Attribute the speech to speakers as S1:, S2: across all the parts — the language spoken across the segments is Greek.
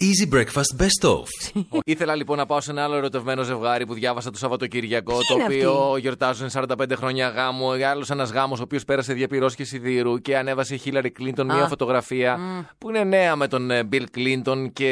S1: Easy breakfast best of.
S2: Ήθελα λοιπόν να πάω σε ένα άλλο ερωτευμένο ζευγάρι που διάβασα το Σαββατοκύριακο,
S3: Ποιοι
S2: το
S3: είναι
S2: οποίο γιορτάζουν 45 χρόνια γάμου. Άλλος ένας γάμος, ο οποίος πέρασε διαπυρός και σιδήρου και ανέβασε η Χίλαρη Κλίντον
S3: Α.
S2: μια φωτογραφία που είναι νέα με τον ε, Μπιλ Κλίντον και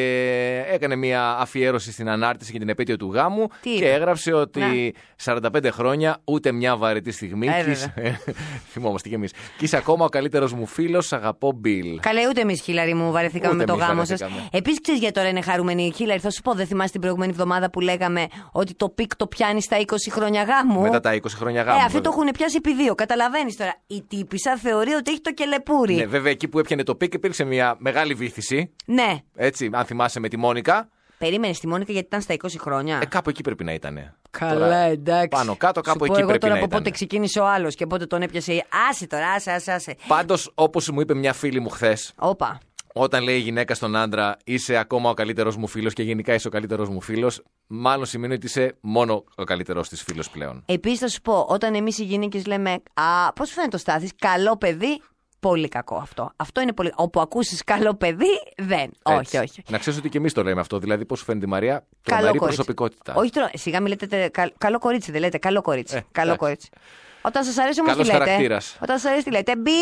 S2: έκανε μια αφιέρωση στην ανάρτηση για την επέτειο του γάμου
S3: Τι
S2: και
S3: είπε? Ναι.
S2: έγραψε ότι 45 χρόνια ούτε μια βαρετή στιγμή.
S3: Ε,
S2: και είσαι- Θυμόμαστε κι εμείς. Και είσαι ακόμα ο καλύτερος μου φίλος, σ' αγαπώ Μπιλ.
S3: Καλέ, ούτε εμείς, Χίλαρη μου, βαρεθήκαμε
S2: Ούτε
S3: με το
S2: εμείς
S3: γάμο σας.
S2: βαρεθήκαμε.
S3: Επίσης, ξέρεις γιατί τώρα είναι χαρούμενη η Χίλαρη. Θα σου πω, δεν θυμάσαι την προηγούμενη εβδομάδα που λέγαμε ότι το πικ το πιάνεις στα 20 χρόνια γάμου.
S2: Μετά τα 20 χρόνια γάμου.
S3: ε, αυτοί
S2: βέβαια.
S3: το έχουν πιάσει επί δύο. Καταλαβαίνεις τώρα. Η τύπησα θεωρεί ότι έχει το κελεπούρι.
S2: Ναι, βέβαια εκεί που έπιανε το πικ υπήρξε μια μεγάλη βήθηση.
S3: ναι.
S2: Έτσι, αν θυμάσαι με τη Μόνικα.
S3: Περίμενες τη Μόνικα γιατί ήταν στα 20 χρόνια.
S2: Ε, κάπου εκεί πρέπει να ήταν.
S3: Καλά, εντάξει.
S2: Πάνω κάτω, κάπου
S3: Σου πω
S2: εκεί
S3: εγώ
S2: πρέπει
S3: τώρα
S2: να
S3: από
S2: ήταν.
S3: πότε ξεκίνησε ο άλλος και πότε τον έπιασε. η- Άσε τώρα, άσε, άσε, άσε.
S2: Πάντως, όπως μου είπε μια φίλη μου χθες,
S3: Όπα.
S2: όταν λέει η γυναίκα στον άντρα είσαι ακόμα ο καλύτερος μου φίλος και γενικά είσαι ο καλύτερος μου φίλος, μάλλον σημαίνει ότι είσαι μόνο ο καλύτερος της φίλος πλέον.
S3: Επίσης θα σου πω, όταν εμείς οι γυναίκες λέμε Α, πώς σου φαίνεται ο Στάθης, καλό παιδί, πολύ κακό αυτό. Αυτό είναι πολύ. Όπου ακούσεις καλό παιδί, δεν.
S2: Έτσι.
S3: Όχι, όχι.
S2: Να ξέρεις ότι και εμείς το λέμε αυτό. Δηλαδή, πώς σου φαίνεται η Μαρία,
S3: Καλό
S2: τρομερή
S3: κορίτσι.
S2: προσωπικότητα.
S3: Όχι, τρο... σιγά μιλάτε. τε- καλ- Καλό κορίτσι, δεν λέτε. Καλό κορίτσι.
S2: Ε,
S3: καλό
S2: εντάξει.
S3: κορίτσι. Όταν σας αρέσει όμως τι
S2: Καλός
S3: λέτε.
S2: χαρακτήρας.
S3: Όταν σας αρέσει τι λέτε. Μπίπ!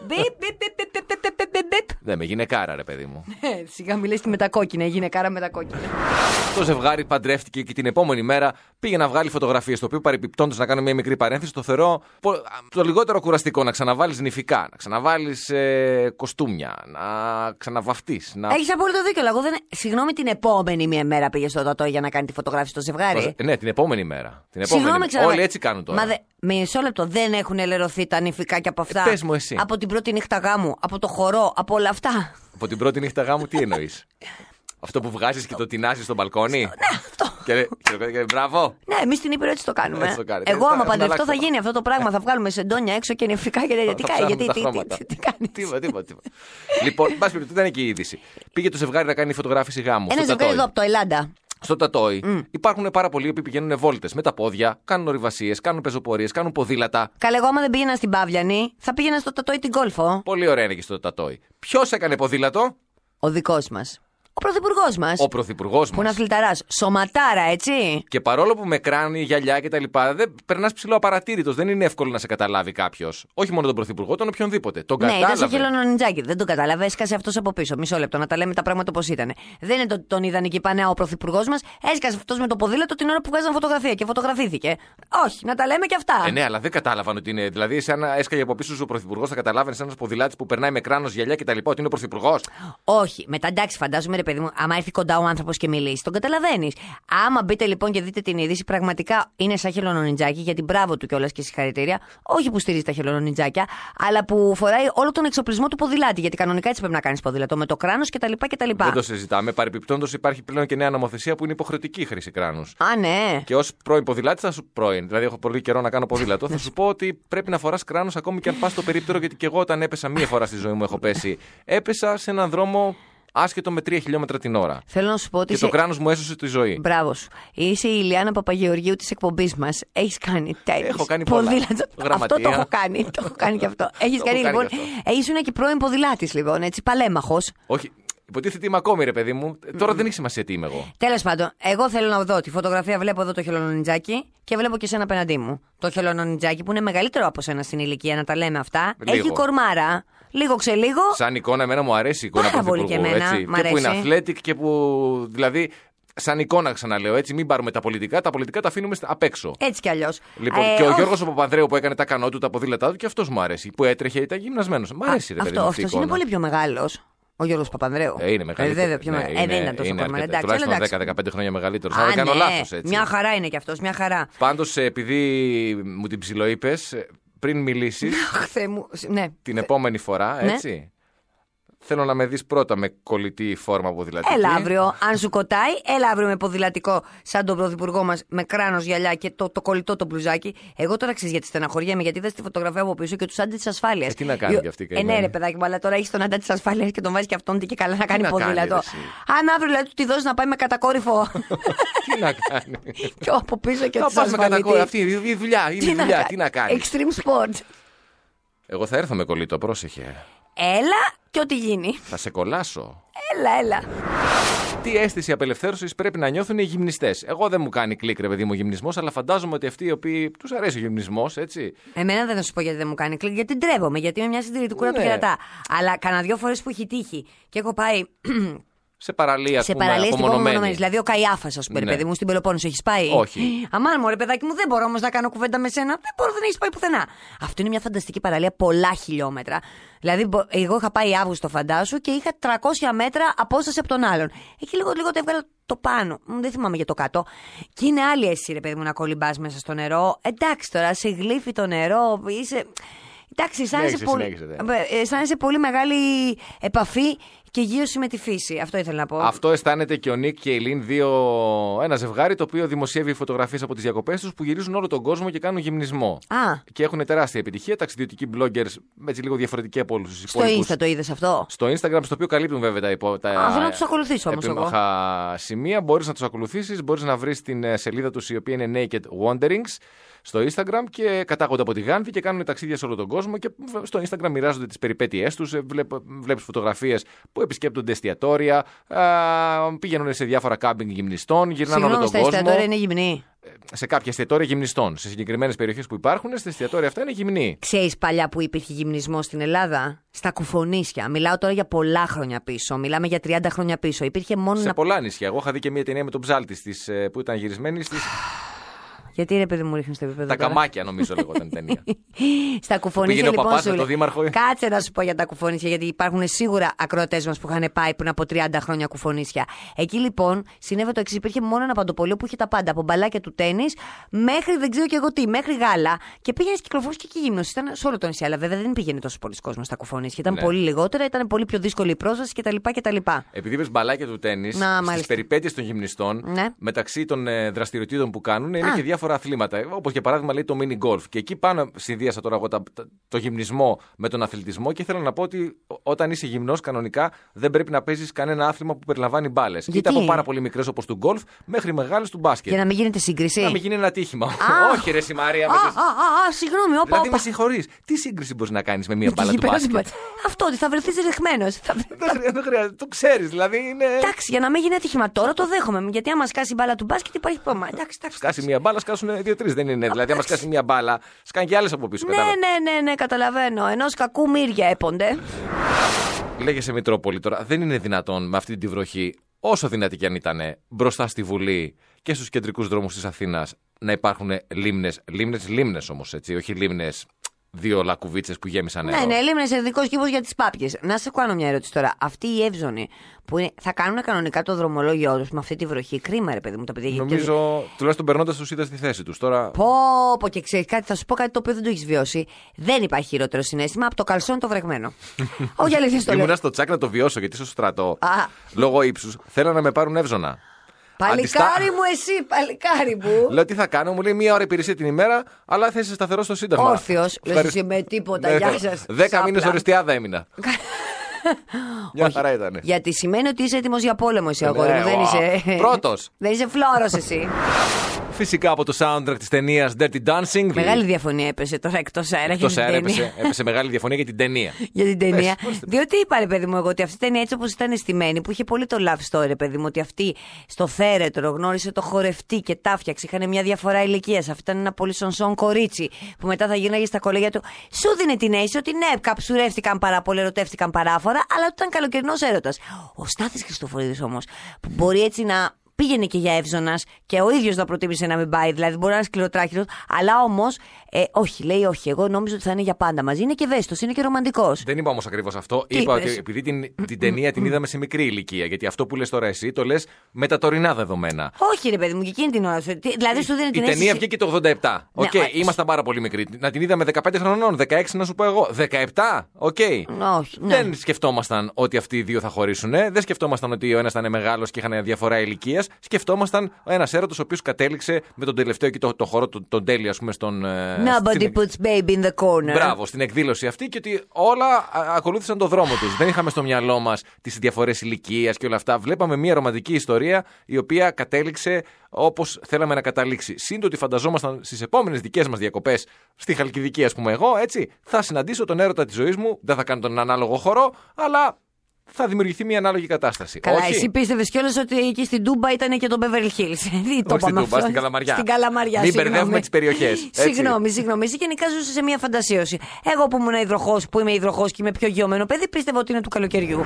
S3: Μπίπ, μπίπ, μπίπ, μπίπ, μπίπ, μπίπ, μπίπ, μπίπ, μπίπ.
S2: Δεν με γυναικάρα, ρε παιδί μου.
S3: Ε, Σιγά μιλέ τη μετακόκκινη, έγινε κάρα μετακόκκινη.
S2: Το ζευγάρι παντρεύτηκε και την επόμενη μέρα πήγε να βγάλει φωτογραφίες. Το οποίο παρεπιπτόντως να κάνω μια μικρή παρένθεση, το θεωρώ πο- το λιγότερο κουραστικό. Να ξαναβάλεις νηφικά, να ξαναβάλεις ε, κοστούμια, να ξαναβαφτείς. Να...
S3: Έχεις απόλυτο δίκιο. αλλά Εγώ δεν. Συγγνώμη, την επόμενη μία μέρα πήγες στο τατό για να κάνει τη φωτογράφηση στο ζευγάρι.
S2: Ναι, την επόμενη μέρα. Την επόμενη...
S3: Συγγνώμη, ξανά.
S2: Όλοι έτσι κάνουν τώρα.
S3: Μα δε, μισό λεπτό, δεν έχουν ελερωθεί τα νηφικά και από αυτά.
S2: Ε, πες μου εσύ.
S3: Από την πρώτη νύχτα γάμου, από το χορό, από όλα αυτά.
S2: Από την πρώτη νύχτα γάμου, τι εννοείς. Αυτό που βγάζεις και το τεινάζεις στο μπαλκόνι.
S3: ναι, αυτό.
S2: Και λέει, «Χειροκρότημα και λέει, μπράβο.
S3: Ναι, εμείς στην Ήπειρο έτσι το κάνουμε.
S2: Έτσι το κάνετε.
S3: Εγώ,
S2: Ε,
S3: άμα
S2: θα-
S3: παντρευτώ,
S2: θα
S3: θα
S2: αλλάξω.
S3: γίνει αυτό το πράγμα. Θα βγάλουμε σεντόνια έξω και νηφικά και τέτοια. Τι
S2: Θα
S3: κάνει,
S2: ψάχνουν
S3: Ε, γιατί.
S2: τα
S3: Τι,
S2: χρώματα.
S3: τι, τι, τι κάνεις.
S2: Τίποτα, τίποτα, τίποτα. Λοιπόν, εν πάση περιπτώσει, ήταν εκεί η είδηση. Πήγε το ζευγάρι να κάνει φωτογράφηση γάμου.
S3: Ένα
S2: στο
S3: ζευγάρι
S2: Τατόι.
S3: εδώ από το Ελλάδα.
S2: στο Τατόι υπάρχουν πάρα πολλοί που πηγαίνουν βόλτες με τα πόδια, κάνουν ορειβασίες, κάνουν πεζοπορίες, κάνουν ποδήλατα.
S3: Καλέ, εγώ άμα δεν πήγαινα στην Παύλιανη, θα πήγαινα στο τατόι την κόλφο.
S2: Πολύ ωραία είναι και στο Τατόι. Ποιος έκανε ποδήλατο,
S3: Ο δικός μας. Ο πρωθυπουργός μας.
S2: ο πρωθυπουργός
S3: Που είναι
S2: μας.
S3: αθληταράς. Σωματάρα, έτσι.
S2: Και παρόλο που με κράνει, γυαλιά κτλ., δεν περνάς ψηλό απαρατήρητος. Δεν είναι εύκολο να σε καταλάβει κάποιος. Όχι μόνο τον πρωθυπουργό, τον οποιονδήποτε. Τον
S3: Ναι, ήταν σε
S2: κατάλαβε.
S3: χελονονιτζάκι. Δεν τον κατάλαβε. Έσκασε αυτός από πίσω. Μισό λεπτό να τα λέμε τα πράγματα όπως ήταν. Δεν είναι το, τον είδαν εκεί πανέα ο πρωθυπουργός μας. Έσκασε αυτός με το ποδήλατο την ώρα που βγάζαν φωτογραφία και φωτογραφήθηκε. Όχι, να τα λέμε και αυτά.
S2: Ε, ναι, αλλά δεν κατάλαβαν ότι είναι. Δηλαδή, σαν να έσκαγε από πίσω σου ο πρωθυπουργός, θα καταλάβαινε ένας ποδηλάτης που περνάει με κράνος, γυαλιά κτλ. Ότι είναι ο πρωθυπουργός.
S3: Όχι. Μετά εντάξει, φαντάζομαι ρε παιδί μου, άμα έρθει κοντά ο άνθρωπος και μιλήσει, τον καταλαβαίνεις. Άμα μπείτε λοιπόν και δείτε την είδηση, πραγματικά είναι σαν χελονονιτζάκι, γιατί μπράβο του κιόλας και συγχαρητήρια. Όχι που στηρίζει τα χελονονιτζάκια, αλλά που φοράει όλο τον εξοπλισμό του ποδηλάτη. Γιατί κανονικά έτσι πρέπει να κάνεις ποδηλατό με το κράνος κτλ.
S2: Δεν το συζητάμε. Παρεπιπτόντως, υπάρχει πλέον και νέα νομοθεσία που είναι υποχρεωτική η χρήση κράνους.
S3: Α, ναι.
S2: Και ως πρώην ποδηλάτη, θα σου πρώην. Δηλαδή, έχω πολύ καιρό να κάνω ποδήλατο. θα σου πω ότι πρέπει να φοράς κράνος ακόμη και αν πας στο περίπτερο, γιατί και εγώ όταν έπεσα μία φορά στη ζωή μου έχω πέσει. Έπεσα σε έναν δρόμο άσχετο με 3 χιλιόμετρα την ώρα.
S3: Θέλω να σου πω ότι.
S2: Και το
S3: είσαι-
S2: κράνος μου έσωσε τη ζωή.
S3: Μπράβο σου. Είσαι η Ηλιάνα Παπαγεωργίου της εκπομπής μας. Έχεις κάνει τέτοιο.
S2: Έχω κάνει πολλά.
S3: Αυτό
S2: Γραμματεία.
S3: το έχω κάνει. Το έχω κάνει και αυτό. Έχει
S2: Το
S3: κάνει
S2: έχω κάνει
S3: λοιπόν.
S2: και
S3: Ε, ήσουν και πρώην ποδηλάτης λοιπόν, έτσι, παλέμαχος.
S2: Όχι, υποτίθεται είμαι ακόμη, ρε παιδί μου. Τώρα δεν έχει σημασία τι είμαι εγώ.
S3: Τέλος πάντων, εγώ θέλω να δω τη φωτογραφία. Βλέπω εδώ το χελονονιτζάκι και βλέπω και σένα απέναντί μου. Το χελονονιτζάκι που είναι μεγαλύτερο από σένα στην ηλικία, να τα λέμε αυτά.
S2: Λίγο.
S3: Έχει κορμάρα. Λίγο ξελίγο.
S2: Σαν εικόνα, εμένα μου αρέσει η εικόνα
S3: Πάρα πολύ
S2: πρωθυπουργού,
S3: και εμένα,
S2: έτσι.
S3: μ'
S2: Και που είναι
S3: αρέσει.
S2: athletic και που. Δηλαδή, σαν εικόνα ξαναλέω, έτσι. Μην πάρουμε τα πολιτικά. Τα πολιτικά τα αφήνουμε στα- απ' έξω.
S3: Έτσι κι Ε, αλλιώς.
S2: Λοιπόν, και ο Γιώργος Παπανδρέου που έκανε τα κανό του, τα ποδήλατά του και αυτός μου αρέσει. Που έτρεχε, ήταν γυμνασμένος. Μ' αρέσει, ρε παιδί
S3: Αυτό
S2: μου. αυτή η
S3: αυτός είναι
S2: εικόνα.
S3: πολύ πιο μεγάλος. Ο Γιώργος Παπανδρέου.
S2: Ε, είναι
S3: Ε,
S2: μεγαλύτερο.
S3: βέβαια, πιο
S2: Ναι,
S3: μεγάλο. Ε, δεν ήταν τόσο
S2: είναι
S3: κορμάρα.
S2: αρκετά.
S3: Εντάξει, αλλά εντάξει.
S2: Τουλάχιστον 10-15 χρόνια μεγαλύτερος. Αν δεν
S3: Α,
S2: κάνω
S3: ναι.
S2: λάθος έτσι.
S3: Μια χαρά είναι κι αυτός, μια χαρά.
S2: Πάντως, επειδή μου την ψηλοείπες, πριν μιλήσεις
S3: Αχ, Θεέ μου. σ- Ναι.
S2: την επόμενη φορά,
S3: Ναι.
S2: έτσι. Θέλω να με δεις πρώτα με κολλητή φόρμα δηλαδή ποδηλατική.
S3: Έλα αύριο, αν σου κοτάει, έλα αύριο με ποδηλατικό σαν τον πρωθυπουργό μας με κράνος γυαλιά και το, το κολλητό το μπλουζάκι. Εγώ τώρα ξέρεις γιατί στεναχωριέμαι, γιατί δεν τη φωτογραφία από πίσω και τους άντρε της ασφάλειας.
S2: Ε, τι να κάνουν κι αυτοί,
S3: Ε, ναι,
S2: καημένοι.
S3: ρε παιδάκι μου, αλλά τώρα έχεις τον άντρα της ασφάλειας και τον βάζεις και αυτόν και καλά να κάνει
S2: να κάνεις,
S3: ποδήλατο.
S2: ρε, εσύ.
S3: Αν αύριο δηλαδή του τη δώσεις να πάει με κατακόρυφο
S2: Τι να κάνει.
S3: και ο από πίσω και
S2: Θα
S3: ο
S2: πας με κατακόρυφο.
S3: ασφαλιτή.
S2: Αυτή είναι η δουλειά. Είναι η δουλειά. Τι να κάνεις.
S3: Extreme sport.
S2: Εγώ θα έρθω με κολλητό, πρόσεχε.
S3: Έλα και ό,τι γίνει.
S2: Θα σε κολλάσω.
S3: Έλα, έλα.
S2: Τι αίσθηση απελευθέρωσης πρέπει να νιώθουν οι γυμνιστές. Εγώ δεν μου κάνει κλικ, ρε παιδί μου, ο γυμνισμός, αλλά φαντάζομαι ότι αυτοί οι οποίοι τους αρέσει ο γυμνισμός, έτσι.
S3: Εμένα δεν θα σου πω γιατί δεν μου κάνει κλικ, γιατί ντρέπομαι, γιατί είμαι μια συντηρητικούρα
S2: Ναι.
S3: που κρατά. Αλλά κανένα δύο φορές που έχει τύχει και έχω πάει
S2: Σε παραλία, ας
S3: σε
S2: πούμε,
S3: παραλίε στην
S2: απομονωμένη.
S3: Πομονωμένη. Δηλαδή ο Καϊάφας, ας πούμε, ρε
S2: Ναι.
S3: παιδί μου, στην Πελοπόννησο έχεις πάει.
S2: Όχι.
S3: Αμάν μου, ρε παιδάκι μου, δεν μπορώ όμως να κάνω κουβέντα με σένα. Δεν μπορώ, δεν έχεις πάει πουθενά. Αυτό είναι μια φανταστική παραλία, πολλά χιλιόμετρα. Δηλαδή, μπο- εγώ είχα πάει Αύγουστο, φαντάσου, και είχα 300 μέτρα απόσταση από τον άλλον. Εκεί λίγο, λίγο το έβγαλα το πάνω. Μ, Δεν θυμάμαι για το κάτω. Και είναι άλλη αίσθηση, ρε παιδί μου, να κολυμπάς μέσα στο νερό. Εντάξει τώρα, σε γλύφει το νερό, είσαι. Εντάξει, αισθάνεσαι
S2: Συνέχισε,
S3: πολύ,
S2: Ναι, συνέχισε,
S3: ε, αισθάνεσαι πολύ μεγάλη επαφή και γύρωση με τη φύση. Αυτό ήθελα να πω.
S2: Αυτό αισθάνεται και ο Νίκ και η Λίν, δύο... ένα ζευγάρι το οποίο δημοσιεύει φωτογραφίες από τις διακοπές τους που γυρίζουν όλο τον κόσμο και κάνουν γυμνισμό.
S3: Α,
S2: Και έχουν τεράστια επιτυχία. Ταξιδιωτικοί bloggers, έτσι λίγο διαφορετικοί από όλους τους
S3: στο
S2: υπόλοιπους.
S3: Insta το είδες αυτό.
S2: Στο Instagram, στο οποίο καλύπτουν βέβαια τα υπόλοιπα.
S3: Α, θέλω να τους ακολουθήσω όμως
S2: Επίμαχα σημεία. Μπορείς να τους ακολουθήσεις, μπορείς να βρεις την ε, σελίδα τους η οποία είναι Naked Wanderings στο Instagram και κατάγονται από τη Γάνδη και κάνουν ταξίδια σε όλο τον κόσμο και β- στο Instagram μοιράζονται τις περιπέτειές τους. Βλέπεις φωτογραφίες που επισκέπτονται εστιατόρια, α, πηγαίνουν σε διάφορα κάμπινγκ γυμνιστών, γυρνάνε όλο
S3: Συγγνώμη,
S2: τον
S3: στα
S2: κόσμο.
S3: εστιατόρια είναι γυμνή.
S2: Σε κάποια εστιατόρια γυμνιστών, σε συγκεκριμένες περιοχές που υπάρχουν, στα εστιατόρια αυτά είναι γυμνοί.
S3: Ξέρεις παλιά που υπήρχε γυμνισμό στην Ελλάδα, στα κουφονίσια. Μιλάω τώρα για πολλά χρόνια πίσω. Μιλάμε για 30 χρόνια πίσω. Υπήρχε μόνο
S2: Σε
S3: ένα.
S2: πολλά νησιά. Εγώ είχα δει και μια ταινία με τον ψάλτης στις, ε, που ήταν γυρισμένη στις
S3: Γιατί ρε παιδί μου ρίχνεις στο επίπεδο.
S2: Τα
S3: τώρα.
S2: καμάκια νομίζω λεγόταν η ταινία.
S3: Στα κουφονίσια
S2: Πήγαινε ο
S3: λοιπόν.
S2: παπάς
S3: σου
S2: με τον
S3: λέει.
S2: δήμαρχο.
S3: Κάτσε να σου πω για τα κουφονίσια, γιατί υπάρχουν σίγουρα ακροατές μας που είχαν πάει πριν από 30 χρόνια κουφονίσια. Εκεί λοιπόν συνέβη το εξής: υπήρχε μόνο ένα παντοπολείο που είχε τα πάντα. Από μπαλάκια του τέννη μέχρι δεν ξέρω και εγώ τι, μέχρι γάλα. Και πήγαινε κυκλοφορούσε και εκεί γύμνος. Ήταν σε όλο το νησί, αλλά βέβαια δεν πήγαινε τόσο πολλοί κόσμο στα κουφονίσια. Ήταν
S2: Ναι.
S3: πολύ λιγότερα, ήταν πολύ πιο δύσκολη η πρόσβαση κτλ. κτλ.
S2: Επειδή είπες μπαλάκια του τέννη,
S3: Να,
S2: στις
S3: μάλιστα.
S2: περιπέτειες των γυμνιστών,
S3: Ναι.
S2: μεταξύ των ε, δραστηριοτήτων που κάνουν, είναι
S3: Α.
S2: και διάφορα αθλήματα. Όπως για παράδειγμα λέει το mini golf. Και εκεί πάνω συνδύασα τώρα εγώ τα- τα- το γυμνισμό με τον αθλητισμό και θέλω να πω ότι ό- όταν είσαι γυμνός, κανονικά δεν πρέπει να παίζεις κανένα άθλημα που περιλαμβάνει μπάλες. Είτε
S3: Γιατί?
S2: από πάρα πολύ μικρές όπως του γκολφ μέχρι μεγάλες του μπάσκετ.
S3: Για να μην γίνεται σύγκριση.
S2: Να μην γίνει ένα τύχημα.
S3: Α.
S2: Όχι, ρε Σιμαρία.
S3: Α, α, α, α, συγγνώμη, όπα,
S2: Δηλαδή, με
S3: όπα.
S2: συγχωρείς. Τι σύγκριση μπορείς να κάνεις με μία
S3: Και
S2: μπάλα
S3: εκεί
S2: του
S3: πέρασε
S2: μπάσκετ.
S3: μπα- Αυτό ότι θα βρεθείς ρεχμένο.
S2: Δεν χρεια- δεν χρειάζεται, το ξέρεις. Δηλαδή είναι.
S3: Εντάξει, για να μην γίνει ατύχημα τώρα το δέχομαι. Γιατί άμα σκάσει η μπάλα του μπάσκετ υπάρχει πρόβλημα. Εντάξει, εντάξει.
S2: σκάσει μία μπάλα, σκάσουν δύο-τρει. Δεν είναι. Δηλαδή, άμα σκάσει μία μπάλα, σκάνε και άλλες από πίσω.
S3: Ναι,
S2: κατάλαβα.
S3: ναι, ναι, ναι, καταλαβαίνω. Ενός κακού μύρια έπονται.
S2: Ναι,
S3: ναι.
S2: Λέγεσαι Μητρόπολη τώρα. Δεν είναι δυνατόν με αυτή τη βροχή, όσο δυνατή κι αν ήταν, μπροστά στη Βουλή και στους κεντρικούς δρόμους της Αθήνας να υπάρχουν λίμνες. Λίμνες, λίμνες όμως, έτσι. Όχι λίμνες δύο λακουβίτσε που γέμισαν νερό.
S3: Ναι, ναι, λίμνε ειδικό κύβο για τις πάπιε. Να σε κάνω μια ερώτηση τώρα. Αυτοί οι εύζωνοι που είναι, θα κάνουν κανονικά το δρομολόγιο τους με αυτή τη βροχή. Κρίμα, ρε παιδί μου, τα παιδιά. γιατί-
S2: Νομίζω, τουλάχιστον περνώντας τους είδα στη θέση τους. Τώρα.
S3: Πω, πω και ξέρεις κάτι, θα σου πω κάτι το οποίο δεν το έχεις βιώσει. Δεν υπάρχει χειρότερο συνέστημα από το καλσόν το βρεγμένο. Όχι, αλήθεια στο λέω.
S2: Ήμουνα στο τσάκ να το βιώσω γιατί στο στρατό.
S3: Α.
S2: Λόγω ύψους θέλανε να με πάρουν εύζωνα.
S3: Παλικάρι
S2: Αντιστά-
S3: μου, εσύ, παλικάρι μου.
S2: Λέω τι θα κάνω, μου λέει μία ώρα υπηρεσία την ημέρα, αλλά θα είσαι σταθερός στο Σύνταγμα.
S3: Όρθιος, λες
S2: Ευχαριστώ.
S3: εσύ με τίποτα.
S2: Ναι,
S3: Γεια
S2: ναι.
S3: σας.
S2: Δέκα μήνες οριστιάδα έμεινα. Μια χαρά ήταν.
S3: Γιατί σημαίνει ότι είσαι έτοιμος για πόλεμο εσύ, αγόρι
S2: Ναι,
S3: μου. Δεν
S2: wow.
S3: είσαι.
S2: Πρώτος.
S3: Δεν είσαι φλόρος εσύ.
S2: Φυσικά από το soundtrack της ταινίας Dirty Dancing.
S3: Μεγάλη διαφωνία έπεσε τώρα εκτός αέρα για
S2: Εκτό
S3: την
S2: αέρα
S3: ταινία.
S2: έπεσε, έπεσε μεγάλη διαφωνία για την ταινία.
S3: Για την ταινία.
S2: Πες, ορίστε.
S3: Διότι είπα, ρε παιδί μου, εγώ ότι αυτή η ταινία έτσι όπως ήταν στημένη, που είχε πολύ το love story, ρε παιδί μου, ότι αυτή στο θέρετρο γνώρισε το χορευτή και τα φτιαξε. Είχαν μια διαφορά ηλικίας. Αυτή ήταν ένα πολύ σονσόν κορίτσι που μετά θα γίναγε στα κολέγια του. Σου δίνει την αίσθηση ότι ναι, καψουρεύτηκαν πάρα πολύ, ερωτεύτηκαν παράφορα, αλλά ότι ήταν καλοκαιρινός έρωτας. Ο Στάθης Χριστοφορίδης όμως, που μπορεί έτσι να πήγαινε και για Εύζονα και ο ίδιος να προτίμησε να μην πάει. Δηλαδή, μπορεί να είναι σκληροτράχυλο, αλλά όμως, ε, όχι, λέει όχι. Εγώ νόμιζα ότι θα είναι για πάντα μαζί. Είναι και ευαίσθητος, είναι και ρομαντικός.
S2: Δεν είπα όμως ακριβώς αυτό.
S3: Τι
S2: είπα
S3: είπες?
S2: ότι επειδή την, την ταινία την είδαμε σε μικρή ηλικία. Γιατί αυτό που λες τώρα εσύ το λες με τα τωρινά δεδομένα.
S3: Όχι, ρε παιδί μου, και εκείνη την ώρα σου. Τι- Δηλαδή σου δίνει
S2: Η
S3: την
S2: ταινία
S3: αίσθηση.
S2: βγήκε το 87. Οκ,
S3: Ναι, α,
S2: ήμασταν πάρα πολύ μικροί. Να την είδαμε 15 χρονών, 16 να σου πω εγώ. 17, οκ.
S3: Όχι, ναι.
S2: Δεν σκεφτόμασταν ότι αυτοί οι δύο θα χωρίσουν. ε. Δεν σκεφτόμασταν ότι ο ένας ήταν μεγάλος και είχαν διαφορά ηλικίας. Σκεφτόμασταν ένας έρωτος ο οποίος κατέληξε με τον τελευταίο εκεί το, το χώρο, τον, τον Τέλη, ας πούμε, στον. ε,
S3: Nobody
S2: στην-
S3: puts baby in the corner.
S2: Μπράβο, στην εκδήλωση αυτή και ότι όλα α, ακολούθησαν τον δρόμο τους. Δεν είχαμε στο μυαλό μας τις διαφορές ηλικίας και όλα αυτά. Βλέπαμε μια ρομαντική ιστορία η οποία κατέληξε όπως θέλαμε να καταλήξει. Συν το ότι φανταζόμασταν στις επόμενες δικές μας διακοπές στη Χαλκιδική, ας πούμε, εγώ έτσι, θα συναντήσω τον έρωτα της ζωής μου. Δεν θα κάνω τον ανάλογο χορό, αλλά θα δημιουργηθεί μια ανάλογη κατάσταση.
S3: Καλά,
S2: Όχι.
S3: εσύ πίστευες κιόλας ότι εκεί στην Τούμπα ήταν και το Beverly Hills. Όχι
S2: στην Τούμπα, στην Καλαμαριά.
S3: Στην Καλαμαριά,
S2: Μην
S3: συγγνώμη.
S2: μπερδεύουμε τις περιοχές, έτσι.
S3: Συγγνώμη, συγγνώμη. Εσύ γενικά ζούσες σε μια φαντασίωση. Εγώ που ήμουν υδροχός, που είμαι υδροχός και είμαι πιο γιωμένο παιδί, πίστευα ότι είναι του καλοκαιριού.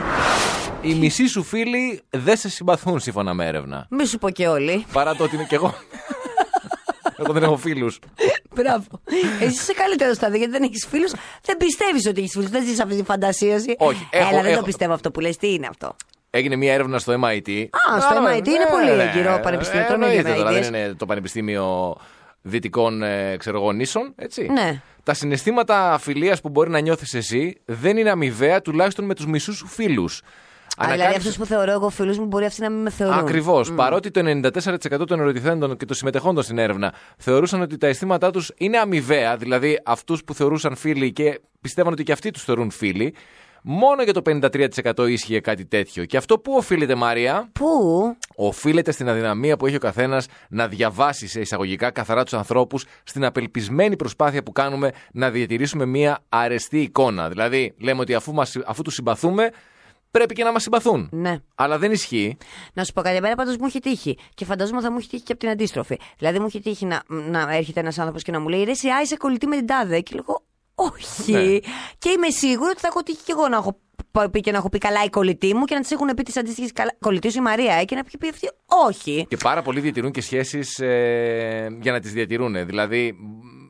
S2: Οι μισοί σου φίλοι δεν σε συμπαθούν σύμφωνα με έρευνα.
S3: Μη σου πω και όλοι.
S2: Παρά το ότι είμαι κι εγώ. Εγώ δεν έχω φίλους.
S3: Μπράβο. Εσύ είσαι καλύτερος στάδιο γιατί δεν έχεις φίλους. Δεν πιστεύεις ότι έχεις φίλους. Δεν ζεις αυτή τη φαντασίωση.
S2: Όχι, έχω-
S3: Έλα, δεν
S2: έχω.
S3: το πιστεύω αυτό που λες. Τι είναι αυτό.
S2: Έγινε μια έρευνα στο MIT.
S3: Α, στο
S2: ναι,
S3: MIT είναι
S2: ναι,
S3: πολύ
S2: ναι,
S3: έγκυρο
S2: ναι.
S3: πανεπιστήμιο,
S2: Ε,
S3: τρώνε
S2: εννοείται
S3: για
S2: τώρα,
S3: ideas.
S2: δεν είναι το Πανεπιστήμιο Δυτικών ε, ξέρω εγώ, νήσων, έτσι.
S3: Ναι.
S2: Τα συναισθήματα φιλίας που μπορεί να νιώθεις εσύ δεν είναι αμοιβαία τουλάχιστον με τους μισούς σου φίλους.
S3: Αλλά δηλαδή αυτού που θεωρώ εγώ φίλου μου μπορεί αυτοί να μην με θεωρούν.
S2: Ακριβώς. Παρότι το 94% των ερωτηθέντων και των συμμετεχόντων στην έρευνα θεωρούσαν ότι τα αισθήματά τους είναι αμοιβαία, δηλαδή αυτούς που θεωρούσαν φίλοι και πιστεύαν ότι και αυτοί τους θεωρούν φίλοι, μόνο για το 53% ίσχυε κάτι τέτοιο. Και αυτό που οφείλεται, Μαρία,
S3: Πού?
S2: οφείλεται στην αδυναμία που έχει ο καθένας να διαβάσει σε εισαγωγικά καθαρά τους ανθρώπους στην απελπισμένη προσπάθεια που κάνουμε να διατηρήσουμε μία αρεστή εικόνα. Δηλαδή, λέμε ότι αφού, μας, αφού τους συμπαθούμε, πρέπει και να μας συμπαθούν.
S3: Ναι.
S2: Αλλά δεν ισχύει.
S3: Να σου πω κάτι, εμένα πάντως μου έχει τύχει. Και φαντάζομαι θα μου έχει τύχει και από την αντίστροφη. Δηλαδή μου έχει τύχει να, να έρχεται ένας άνθρωπος και να μου λέει Ρε, εσύ είσαι κολλητή με την τάδε. Και λέγω Όχι.
S2: Ναι.
S3: Και είμαι σίγουρη ότι θα έχω τύχει κι εγώ να έχω π- πει και να έχω πει καλά η κολλητή μου και να τη έχουν πει τις αντίστοιχες καλά. Κολλητή σου η Μαρία, ε, και να έχει πει αυτή Όχι.
S2: Και πάρα πολλοί διατηρούν και σχέσεις ε, για να τις διατηρούν. Δηλαδή,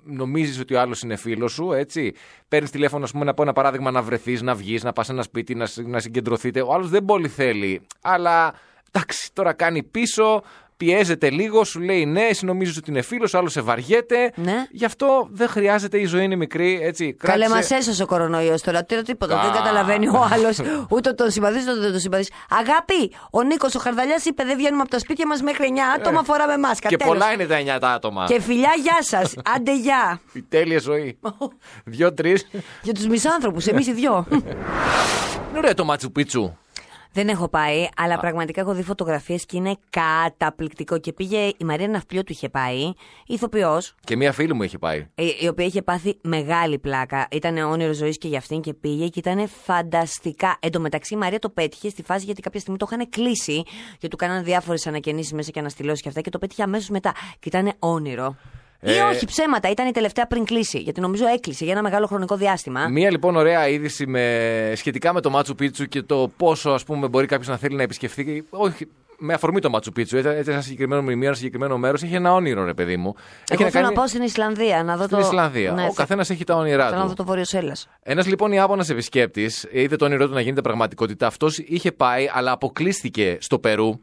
S2: νομίζεις ότι ο άλλος είναι φίλος σου, έτσι. Παίρνεις τηλέφωνο, ας πούμε, να πω ένα παράδειγμα, να βρεθείς, να βγεις, να πας σε ένα σπίτι, να, συ- να συγκεντρωθείτε. Ο άλλος δεν πολύ θέλει. Αλλά εντάξει, τώρα κάνει πίσω, πιέζεται λίγο, σου λέει ναι, εσύ νομίζεις ότι είναι φίλος, ο άλλος σε βαριέται.
S3: Ναι.
S2: Γι' αυτό δεν χρειάζεται, η ζωή είναι μικρή, έτσι.
S3: Καλέ, μας
S2: Κράτησε-
S3: έσωσε ο κορονοϊός τώρα. Τι τίποτα.
S2: Α.
S3: Δεν καταλαβαίνει ο άλλος. Ούτε τον συμπαθείς, ούτε τον συμπαθείς. Αγάπη, ο Νίκος ο Χαρδαλιάς είπε: Δεν βγαίνουμε από τα σπίτια μας μέχρι 9 άτομα, φοράμε μάσκα.
S2: Ε. Και
S3: Τέλος.
S2: πολλά είναι τα εννιά τα άτομα.
S3: Και φιλιά, γεια σας. Άντε, γεια.
S2: Η τέλεια ζωή. Δύο-τρει.
S3: Για τους μισάνθρωπους, εμείς οι δυο.
S2: Είναι ωραίο το Μάτσου Πίτσου.
S3: Δεν έχω πάει, αλλά πραγματικά έχω δει φωτογραφίες και είναι καταπληκτικό. Και πήγε η Μαρία Ναυπλιό του είχε πάει, ηθοποιός,
S2: Και μία φίλη μου έχει πάει.
S3: Ε, η οποία είχε πάθει μεγάλη πλάκα. Ήταν όνειρο ζωής και για αυτήν και πήγε και ήταν φανταστικά. Εν τω μεταξύ η Μαρία το πέτυχε στη φάση γιατί κάποια στιγμή το είχαν κλείσει και του κάνανε διάφορες ανακαινήσεις μέσα και αναστηλώσει και αυτά και το πέτυχε αμέσως μετά. Και ήταν όνειρο. Ή
S2: Ε.
S3: όχι ψέματα, ήταν η τελευταία πριν κλείσει. Γιατί νομίζω έκλεισε για ένα μεγάλο χρονικό διάστημα.
S2: Μία λοιπόν ωραία είδηση με... σχετικά με το Μάτσου Πίτσου και το πόσο ας πούμε, μπορεί κάποιος να θέλει να επισκεφθεί. Όχι, με αφορμή το Μάτσου Πίτσου. Έτσι, έτσι, ένα συγκεκριμένο μνημείο, ένα συγκεκριμένο μέρος. Έχει ένα όνειρο, ρε παιδί μου. Έχει
S3: Εγώ θέλω να πάω στην Ισλανδία να δω
S2: στην
S3: το.
S2: Ισλανδία.
S3: Ναι,
S2: Ο
S3: θε-
S2: καθένας έχει τα όνειρά
S3: Θέλω να δω
S2: του.
S3: το Βόρειος Σέλλα.
S2: Ένας λοιπόν Ιάπωνας επισκέπτης είδε το όνειρό του να γίνεται πραγματικότητα. Αυτός είχε πάει, αλλά αποκλείστηκε στο Περού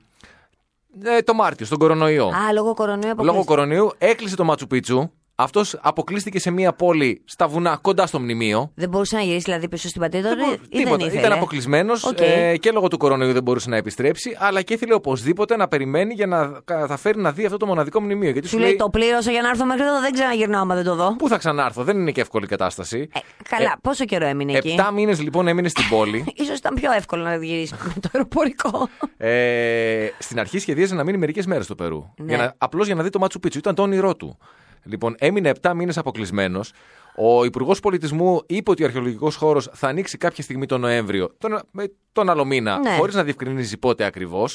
S2: ε, το Μάρτιο, στον κορονοϊό.
S3: Α, λόγω κορονοϊού
S2: Λόγω
S3: αποκλείστηκε.
S2: κορονοϊού έκλεισε το Μάτσου Πίτσου. Αυτός αποκλείστηκε σε μία πόλη στα βουνά κοντά στο μνημείο.
S3: Δεν μπορούσε να γυρίσει δηλαδή πίσω στην πατρίδα του
S2: Δεν
S3: ή
S2: μπο-
S3: ή δεν
S2: Τίποτα.
S3: ήθελε.
S2: Ήταν ε, αποκλεισμένος
S3: Οκ.
S2: και λόγω του κορονοϊού δεν μπορούσε να επιστρέψει, αλλά και ήθελε οπωσδήποτε να περιμένει για να καταφέρει να δει αυτό το μοναδικό μνημείο. Γιατί
S3: Σου λέει το πλήρωσα για να έρθω μέχρι εδώ, δεν ξαναγυρνάω άμα δεν το δω.
S2: Πού θα ξανάρθω, δεν είναι και εύκολη κατάσταση.
S3: Ε, καλά, πόσο καιρό έμεινε εκεί.
S2: Επτά μήνες λοιπόν έμεινε στην πόλη.
S3: Ίσως ήταν πιο εύκολο να γυρίσει με το αεροπορικό.
S2: ε, στην αρχή σχεδίαζε να μείνει μερικές μέρες στο Περού.
S3: Ναι.
S2: Απλώς για να δει το Μάτσου Πίτσου. Ήταν το όνειρό του. Λοιπόν, έμεινε 7 μήνες αποκλεισμένος. Ο Υπουργός Πολιτισμού είπε ότι ο αρχαιολογικός χώρος θα ανοίξει κάποια στιγμή τον Νοέμβριο, τον, με- τον άλλο μήνα,
S3: Ναι.
S2: χωρίς να διευκρινίζει πότε ακριβώς.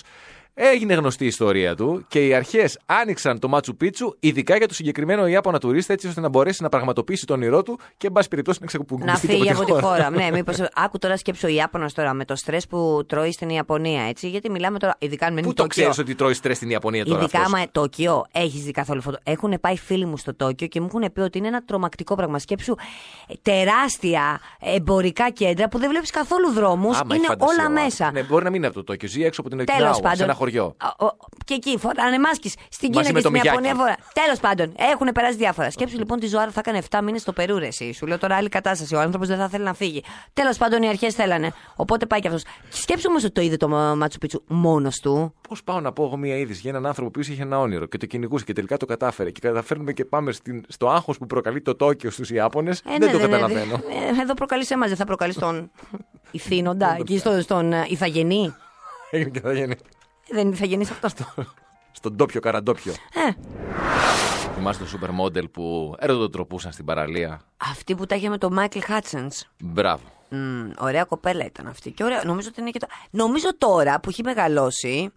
S2: Έγινε γνωστή η ιστορία του και οι αρχές άνοιξαν το Μάτσου Πίτσου, ειδικά για το συγκεκριμένο Ιάπωνα τουρίστα, έτσι ώστε να μπορέσει να πραγματοποιήσει το όνειρό του και, εν πάση περιπτώσει, να
S3: να
S2: ξεκουμπιστεί
S3: φύγει από τη χώρα. ναι, μήπως... Άκου τώρα σκέψω ο Ιάπωνας τώρα με το στρες που τρώει στην Ιαπωνία, έτσι. Γιατί μιλάμε τώρα, ειδικά αν μένει
S2: Πού το
S3: Τόκιο.
S2: ξέρεις ότι τρώει στρες στην Ιαπωνία τώρα.
S3: Ειδικά
S2: αυτός?
S3: άμα Τόκιο, έχεις δει καθόλου φωτο. Έχουν πάει φίλοι μου στο Τόκιο και μου έχουν πει ότι είναι ένα τρομακτικό πράγμα. Σκέψου ε, τεράστια εμπορικά κέντρα που δεν βλέπεις καθόλου δρόμους.
S2: Άμα
S3: Είναι
S2: έχει φαντασία,
S3: όλα
S2: ο άνθρωπος.
S3: μέσα.
S2: Ναι, μπορεί να μην είναι από το Τόκιο, ζει έξω από την
S3: Τέλος
S2: Οκινάουα, σε
S3: πάντων.
S2: ένα χωριό.
S3: Ο- ο- Και εκεί φοράνε μάσκε. Στην
S2: Μαζί
S3: Κίνα
S2: με
S3: και
S2: το
S3: στην
S2: Μιγιάκι.
S3: Ιαπωνία φορά. Τέλος πάντων, έχουν περάσει διάφορα. Σκέψου λοιπόν τη Ζωάρα θα έκανε 7 μήνες στο Περού, ρε, εσύ. Σου λέω τώρα άλλη κατάσταση. Ο άνθρωπος δεν θα θέλει να φύγει. Τέλος πάντων, οι αρχές θέλανε. Οπότε πάει κι αυτός. Σκέψου όμως ότι το είδε το Μάτσου Πίτσου μόνος του.
S2: Πώς πάω να πω εγώ μία είδηση για έναν άνθρωπο που είχε ένα όνειρο και το κυνηγούσε και τελικά το κατάφερε. Και καταφέρνουμε και πάμε στην, στο άγχος που προκαλεί το Τόκιο στους Ιάπωνες.
S3: Ε,
S2: δεν
S3: ναι,
S2: το
S3: ναι, ναι,
S2: καταλαβαίνω.
S3: ναι. Ε, εδώ προκαλείς εμάς, δεν θα προκαλείς τον ηθήνοντα, εκεί στο- στον ε, ηθαγενή.
S2: Έγινε και θα γίνει.
S3: Δεν είναι ηθαγενή αυτό.
S2: Στον τόπιο καραντόπιο.
S3: Ε,
S2: Θυμάστε το σούπερ μόντελ που ερωτοτροπούσαν στην παραλία.
S3: αυτή που τα είχε με τον Μάικλ Χάτσεν.
S2: Μπράβο.
S3: Μμμ, ωραία κοπέλα ήταν αυτή. Και ωραία, νομίζω ότι είναι και το... Νομίζω τώρα που έχει μεγαλώσει,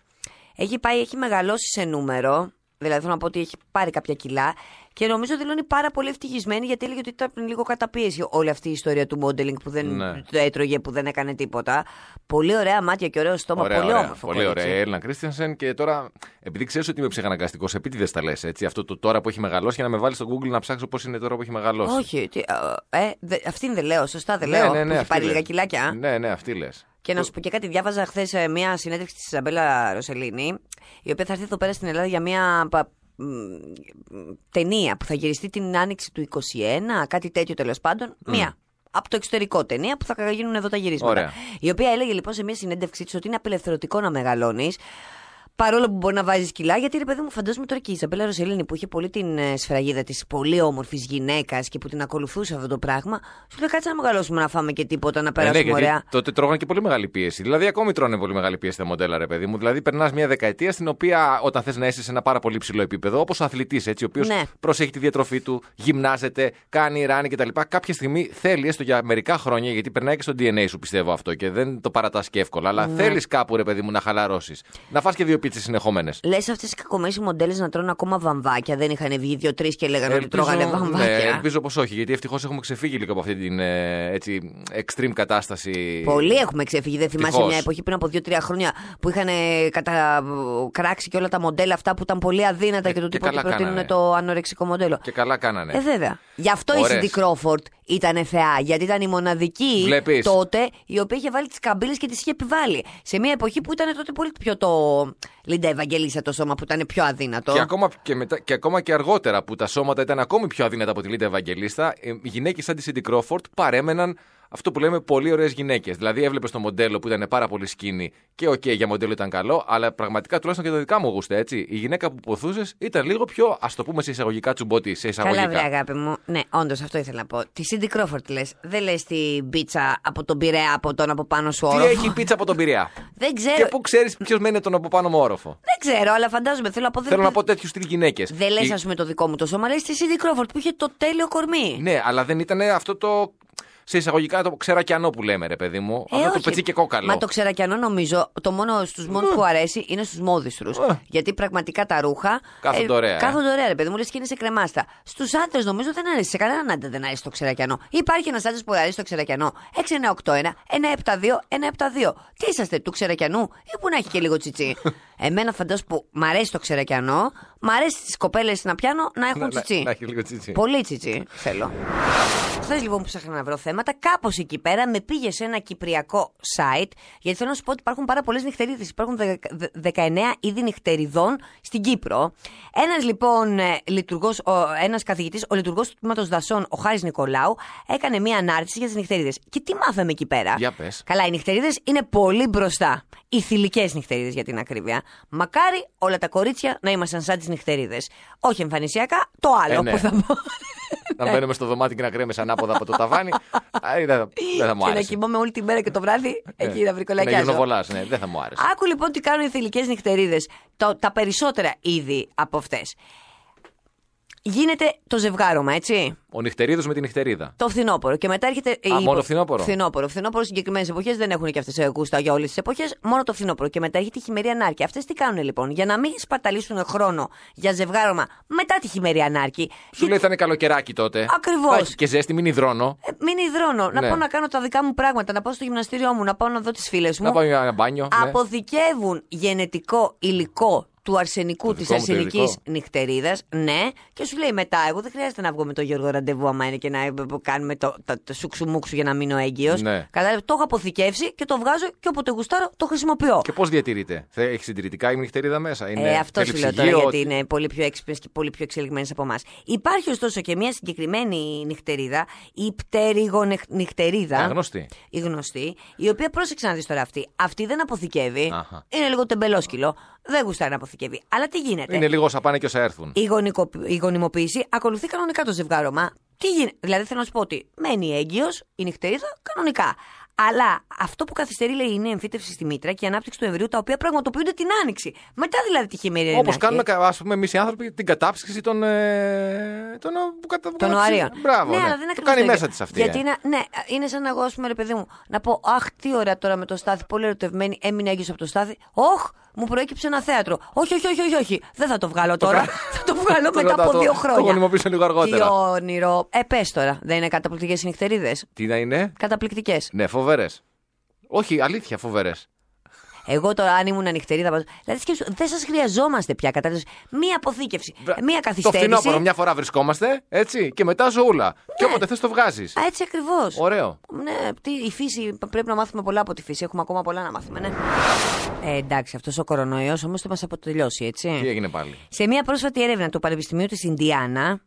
S3: έχει, πάει, έχει μεγαλώσει σε νούμερο. Δηλαδή θέλω να πω ότι έχει πάρει κάποια κιλά και νομίζω δηλώνει πάρα πολύ ευτυχισμένη γιατί έλεγε ότι ήταν λίγο καταπίεση όλη αυτή η ιστορία του modeling που δεν
S2: Ναι.
S3: το έτρωγε, που δεν έκανε τίποτα. Πολύ ωραία μάτια και ωραίο στόμα.
S2: Ωραία,
S3: πολύ
S2: ωραία,
S3: όμορφο.
S2: πολύ
S3: κορίτσι.
S2: ωραία. ε, Η Έλληνα Κρίστιανσεν και τώρα, επειδή ξέρεις ότι είμαι ψυχαναγκαστικός, επίτηδες τα λες έτσι. Αυτό το τώρα που έχει μεγαλώσει για να με βάλεις στο Google να ψάξω πώς είναι τώρα που έχει μεγαλώσει.
S3: Όχι, τι, ε, ε, δε- αυτήν δεν λέω, σωστά δεν
S2: Ναι,
S3: λέω.
S2: ναι,
S3: που
S2: ναι,
S3: έχει
S2: αυτή
S3: πάρει
S2: λες.
S3: λίγα κιλάκια.
S2: Ναι, ναι, αυτή λες.
S3: Και να σου πω και κάτι, διάβαζα χθες μια συνέντευξη της Ιζαμπέλα Ροσελίνη, η οποία θα έρθει εδώ πέρα στην Ελλάδα για μια πα- μ, ταινία που θα γυριστεί την άνοιξη του 21, κάτι τέτοιο τέλος πάντων. Μια. Από το εξωτερικό ταινία που θα γίνουν εδώ τα γυρίσματα.
S2: Ωραία.
S3: Η οποία έλεγε λοιπόν σε μια συνέντευξή της ότι είναι απελευθερωτικό να μεγαλώνεις. Παρόλο που μπορεί να βάζει κιλά, γιατί ρε παιδί μου, φαντάζομαι τώρα και η Ιζαμπέλα Ροσελίνη που είχε πολύ την ε, σφραγίδα της πολύ όμορφης γυναίκας και που την ακολουθούσε αυτό το πράγμα. Σου λέει κάτσε να μεγαλώσουμε να φάμε και τίποτα, να περάσουμε
S2: Ε, ναι, γιατί
S3: ωραία.
S2: τότε τρώγανε και πολύ μεγάλη πίεση. Δηλαδή, ακόμη τρώνε πολύ μεγάλη πίεση τα μοντέλα, ρε παιδί μου. Δηλαδή, περνάς μια δεκαετία στην οποία όταν θες να είσαι σε ένα πάρα πολύ ψηλό επίπεδο, όπως ο αθλητής, έτσι, ο οποίος
S3: Ναι.
S2: προσέχει τη διατροφή του, γυμνάζεται, κάνει ράνι κτλ. Κάποια στιγμή θέλει, έστω για μερικά χρόνια, γιατί περνάει και στο DNA σου, πιστεύω αυτό και δεν το παρατάς και εύκολα, αλλά
S3: Ναι.
S2: θέλεις κάπου, ρε παιδί μου, να χαλαρώσεις. Να φά και δύο πίτσε συνεχόμενες.
S3: Λες αυτές οι κακομοίρες οι μοντέλες να τρώνε ακόμα βαμβάκια. Δεν είχαν βγει δύο-τρει και λέγανε ότι τρώγανε
S2: ναι,
S3: βαμβάκια.
S2: ελπίζω πως όχι, γιατί ευτυχώς έχουμε ξεφύγει λίγο από αυτή την ε, έτσι, extreme κατάσταση.
S3: Πολλοί έχουμε ξεφύγει. Δεν θυμάσαι
S2: Ευτυχώς.
S3: μια εποχή πριν από δύο-τρία χρόνια που είχαν κατακράξει και όλα τα μοντέλα αυτά που ήταν πολύ αδύνατα
S2: Ε,
S3: και το
S2: και
S3: τύπο ότι
S2: καλά
S3: προτείνουν
S2: κάνανε.
S3: το ανορεξικό μοντέλο.
S2: Και καλά κάνανε.
S3: Ε, βέβαια. Γι' αυτό
S2: Ωραίες.
S3: η Cindy Crawford ήταν θεά. Γιατί ήταν η μοναδική
S2: Βλέπεις.
S3: τότε η οποία είχε βάλει τις καμπύλες και τις είχε επιβάλει. Σε μια εποχή που ήταν τότε πολύ πιο το. Λίντα Ευαγγελίσσα το σώμα που ήταν πιο αδύνατο.
S2: Και ακόμα και, μετά, και ακόμα και αργότερα που τα σώματα ήταν ακόμη πιο αδύνατα από τη Λίντα Ευαγγελίστα, ε, οι γυναίκες σαν τη Σίντι Κρόφορτ παρέμεναν αυτό που λέμε πολύ ωραίες γυναίκες. Δηλαδή έβλεπες το μοντέλο που ήταν πάρα πολύ σκίνη και οκ, για μοντέλο ήταν καλό, αλλά πραγματικά τουλάχιστον και τα δικά μου γούστα έτσι. Η γυναίκα που ποθούσες ήταν λίγο πιο, ας το πούμε σε εισαγωγικά, τσουμπότη, σε εισαγωγικά.
S3: Καλά, βρε αγάπη μου. Ναι, όντως αυτό ήθελα να πω. Τη Cindy Crawford λες. Δεν λες την πίτσα από τον πειραία, από τον από πάνω σου
S2: Τι
S3: όροφο.
S2: έχει η πίτσα από τον Πειραιά.
S3: Δεν
S2: και
S3: ξέρω.
S2: πού ξέρεις ποιος μένει από τον από πάνω μου όροφο.
S3: Δεν ξέρω, αλλά φαντάζομαι. Θέλω να πω. δεν-
S2: Θέλω να πω τέτοιους στυλ γυναίκες.
S3: Δεν λες, ας πούμε, το δικό μου το σώμα. Λες τη Cindy Crawford που είχε το τέλειο κορμί.
S2: Ναι, αλλά δεν ήταν αυτό το. Σε εισαγωγικά το ξερακιανό που λέμε, ρε παιδί μου.
S3: Ε,
S2: αυτό
S3: όχι.
S2: το πετσί και κόκαλο. Ε.
S3: Μα το ξερακιανό νομίζω, το μόνο στους μόνους που αρέσει είναι στους μόδιστρους. Γιατί πραγματικά τα ρούχα.
S2: Κάθονται ωραία, ε.
S3: Κάθονται ωραία, ρε παιδί μου, λες και είναι σε κρεμάστα. Στους άντρες νομίζω δεν αρέσει. Σε κανέναν άντρα δεν αρέσει το ξερακιανό. Υπάρχει ένας άντρας που αρέσει το ξερακιανό. 6-9-8-1, 1-7-2, 1-7-2. Τι είσαστε, του ξερακιανού ή που να έχει και λίγο τσιτσί. Εμένα φαντάζομαι που μ' αρέσει το ξερακιανό, μ' αρέσει τι κοπέλες να πιάνω να έχουν
S2: Να- να-
S3: τσιτσί.
S2: να έχει λίγο τσιτσί.
S3: Πολύ τσιτσί θέλω. Χθες λοιπόν που ψάχνα να βρω θέματα, κάπως εκεί πέρα με πήγε σε ένα κυπριακό site. Γιατί θέλω να σου πω ότι υπάρχουν πάρα πολλές νυχτερίδες. Υπάρχουν δεκα- δε- 19 είδη νυχτεριδών στην Κύπρο. Ένας λοιπόν λειτουργό, ένας καθηγητής, ο λειτουργός του τμήματος Δασών, ο Χάρης Νικολάου, έκανε μία ανάρτηση για τις νυχτερίδες. Και τι μάθαμε εκεί πέρα.
S2: Για πες.
S3: Καλά, οι νυχτερίδες είναι πολύ μπροστά. Οι θηλυκές νυχτερίδες για την ακρίβεια. Μακάρι όλα τα κορίτσια να ήμασταν σαν τις νυχτερίδες. Όχι εμφανισιακά, το άλλο
S2: Ε, ναι.
S3: που θα πω.
S2: Να μπαίνουμε στο δωμάτιο και να κρέμε ανάποδα από το ταβάνι. Α, ε, δεν, δεν θα μου
S3: και να
S2: άρεσε. Ε,
S3: κοιμόμαι όλη τη μέρα και το βράδυ εκεί να
S2: Να
S3: βρικολακιάζω.
S2: γυρνοβολάς, ναι, δεν θα μου άρεσε.
S3: Άκου λοιπόν τι κάνουν οι θηλυκές νυχτερίδες. Το- τα περισσότερα είδη από αυτές. Γίνεται το ζευγάρωμα, έτσι.
S2: Ο νυχτερίδος με την νυχτερίδα.
S3: Το φθινόπωρο. Και μετά έρχεται. η
S2: μόνο
S3: υπο-
S2: φθινόπωρο.
S3: Φθινόπωρο. Φθινόπωρο συγκεκριμένες εποχές δεν έχουν και αυτές γούστα για όλες τις εποχές. Μόνο το φθινόπωρο. Και μετά έρχεται η χειμερή ανάρκη. Αυτές τι κάνουν λοιπόν. Για να μην σπαταλήσουν χρόνο για ζευγάρωμα μετά τη χειμερή ανάρκη.
S2: Σου λέει θα είναι καλοκαιράκι τότε.
S3: Ακριβώς.
S2: Θα έχει Και ζέστη, μην υδρώνω.
S3: Ε, Μην υδρώνω. Να
S2: Ναι.
S3: πάω να κάνω τα δικά μου πράγματα. Να πάω στο ε, γυμναστήριό μου. Να πάω να δω τις φίλες μου.
S2: Ναι. Να πάω για ένα μπάνιο. ναι.
S3: αποθηκεύουν γενετικό υλικό του αρσενικού,
S2: Το
S3: της
S2: δικό μου το
S3: αρσενικής
S2: υλικό.
S3: νυχτερίδας. Ναι, και σου λέει μετά, εγώ δεν χρειάζεται να βγω με τον Γιώργο ραντεβού, άμα είναι και να ε, ε, κάνουμε το, το, το σουξουμούξου για να μείνω έγκυος.
S2: Ναι.
S3: Κατάλαβες, το έχω αποθηκεύσει και το βγάζω και όποτε γουστάρω το χρησιμοποιώ.
S2: Και πώς διατηρείται. Θε- Έχεις συντηρητικά η νυχτερίδα μέσα. Είναι ε,
S3: Ε, αυτό
S2: θέλει
S3: σου λέω τώρα,
S2: ψυγείο,
S3: γιατί είναι πολύ πιο έξυπνες και πολύ πιο εξελιγμένες από εμάς. Υπάρχει ωστόσο και μια συγκεκριμένη νυχτερίδα, η πτεριγονυχτερίδα.
S2: Α, γνωστή.
S3: Η γνωστή, η οποία πρόσεξε να δεις τώρα αυτή. Αυτή δεν αποθηκεύει.
S2: Αχα.
S3: Είναι λίγο τεμπελόσκυλο. Δεν γουστάει να αποθηκεύει. Αλλά τι γίνεται.
S2: Είναι λίγο όσα πάνε και όσα έρθουν.
S3: Η, γονικο- η γονιμοποίηση ακολουθεί κανονικά το ζευγάρωμα. Τι γίνεται. Δηλαδή θέλω να σου πω ότι μένει έγκυος, η νυχτερίδα κανονικά. Αλλά αυτό που καθυστερεί λέει είναι η εμφύτευση στη μήτρα και η ανάπτυξη του εμβρίου, τα οποία πραγματοποιούνται την άνοιξη. Μετά δηλαδή τη χειμερινή.
S2: Όπω
S3: αρχή.
S2: κάνουμε, ας πούμε, εμείς οι άνθρωποι την κατάψυξη των. Ε, των, που κατα- που
S3: Των
S2: καταψυ-
S3: οαρίων.
S2: Μπράβο.
S3: ναι,
S2: ναι.
S3: αλλά δεν είναι
S2: το κάνει
S3: ακριβώς το ίδιο.
S2: μέσα της αυτή.
S3: Γιατί
S2: ε.
S3: είναι, ναι, είναι σαν να εγώ, ας πούμε, ρε παιδί μου, να πω Αχ, τι ωραία τώρα με το στάθι, πολύ ερωτευμένη, έμεινα έγκυος από το στάθι. Όχ, μου προέκυψε ένα θέατρο. Όχι, όχι, όχι, όχι, όχι. δεν θα το βγάλω τώρα. θα το βγάλω
S2: Το
S3: μετά
S2: κρατάω,
S3: από
S2: το-
S3: δύο
S2: το
S3: χρόνια.
S2: γονιμοποιήσω λίγο αργότερα.
S3: Τι όνειρο. Ε, πες τώρα, δεν είναι καταπληκτικές οι νυχτερίδες.
S2: Τι να είναι.
S3: Καταπληκτικές.
S2: Ναι, φοβερές. Όχι, αλήθεια, φοβερές.
S3: Εγώ τώρα, αν ήμουν νυχτερίδα. πας- Δηλαδή, σκέψου, δεν σας χρειαζόμαστε πια κατάλαβες. Μία αποθήκευση. Ε,
S2: Το
S3: Μία
S2: φθινόπωρο,
S3: καθυστέρηση. Ναι.
S2: μια φορά βρισκόμαστε, έτσι, και μετά ζούλα. Και όποτε θες το βγάζεις.
S3: Α, Έτσι ακριβώς.
S2: Ωραίο.
S3: Ναι, τι- η φύση, πρέπει να μάθουμε πολλά από τη φύση. Έχουμε ακόμα πολλά να μάθουμε, ναι. Ε, εντάξει, αυτός ο κορονοϊός όμως θα μας αποτελειώσει, έτσι.
S2: Τι έγινε πάλι.
S3: Σε μια πρόσφατη έρευνα του Πανεπιστημίου της Ινδιάνα,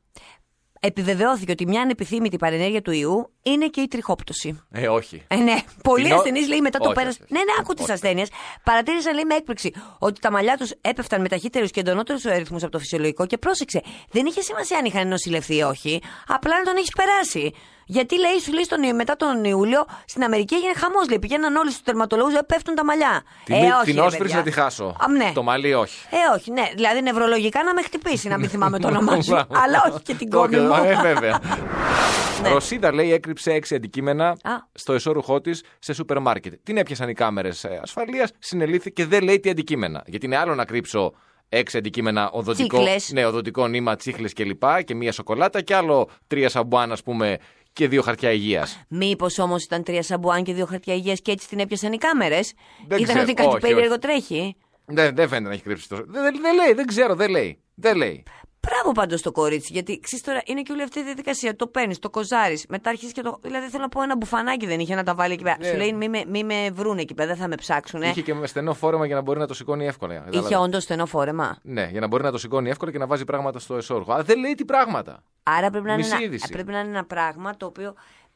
S3: επιβεβαιώθηκε ότι μια ανεπιθύμητη παρενέργεια του ιού είναι και η τριχόπτωση.
S2: Ε, όχι.
S3: Ε, ναι. Πολλοί
S2: Κοινό-
S3: ασθενείς λέει μετά το
S2: Όχι,
S3: πέρα.
S2: όχι, όχι.
S3: Ναι, ναι, άκου τις
S2: Όχι.
S3: ασθένειες. Παρατήρησαν λέει με έκπληξη ότι τα μαλλιά τους έπεφταν με ταχύτερους και εντονότερους αριθμούς από το φυσιολογικό και πρόσεξε. Δεν είχε σημασία αν είχαν νοσηλευθεί ή όχι. Απλά να τον έχεις περάσει. Γιατί λέει, σου λέει στον, Ιου- μετά τον Ιούλιο στην Αμερική έγινε χαμός. Λέει, πηγαίναν όλοι στους τερματολόγους, πέφτουν τα μαλλιά.
S2: Την,
S3: ε, όχι,
S2: την
S3: ρε,
S2: όσφρηση
S3: παιδιά.
S2: να τη χάσω.
S3: Α, ναι.
S2: Το μαλλί, όχι.
S3: Ε, όχι, ναι. Δηλαδή νευρολογικά να με χτυπήσει, να μην θυμάμαι το όνομά σου.
S2: Μπράβο.
S3: αλλά όχι και την
S2: Το-
S3: κόμη μου.
S2: Ε, βέβαια.
S3: Ναι.
S2: Ρωσίδα λέει έκρυψε έξι αντικείμενα
S3: Α.
S2: στο εσώρουχό της σε σούπερ μάρκετ. Την έπιασαν οι κάμερες ασφαλείας, συνελήφθη και δεν λέει τι αντικείμενα. Γιατί είναι άλλο να κρύψω έξι αντικείμενα οδοντικό,
S3: Τσίχλες.
S2: ναι, οδοντικό νήμα, τσίχλες κλπ. Και, και μία σοκολάτα και άλλο τρία σαμπουάν, ας πούμε, και δύο χαρτιά υγείας.
S3: Μήπως όμως ήταν τρία σαμπουάν και δύο χαρτιά υγείας και έτσι την έπιασαν οι κάμερες.
S2: Δεν
S3: Ήταν
S2: ξέρω.
S3: ότι κάτι
S2: Όχι,
S3: περίεργο
S2: όχι.
S3: τρέχει.
S2: Δεν, δεν φαίνεται να έχει κρύψει τόσο. Δεν, δεν- δεν λέει, δεν ξέρω, δεν λέει. Δεν λέει.
S3: Μπράβο πάντως το κορίτσι, γιατί ξέρεις τώρα είναι και όλη αυτή η διαδικασία. Το παίρνεις, το κοζάρεις, μετά αρχίζεις και το. Δηλαδή θέλω να πω ένα μπουφανάκι δεν είχε να τα βάλει εκεί πέρα.
S2: Ναι.
S3: Σου λέει μη με, μη με βρουν εκεί πέρα, δεν θα με ψάξουν.
S2: Είχε και με στενό φόρεμα για να μπορεί να το σηκώνει εύκολα.
S3: Ναι.
S2: ε,
S3: είχε
S2: κατάλαβα.
S3: όντως στενό φόρεμα.
S2: Ναι, για να μπορεί να το σηκώνει εύκολα και να βάζει πράγματα στο εσόρουχο. Αλλά δεν λέει τι πράγματα.
S3: Άρα πρέπει να, είναι
S2: Μισή
S3: ένα,
S2: είδηση.
S3: πρέπει να είναι ένα πράγμα το οποίο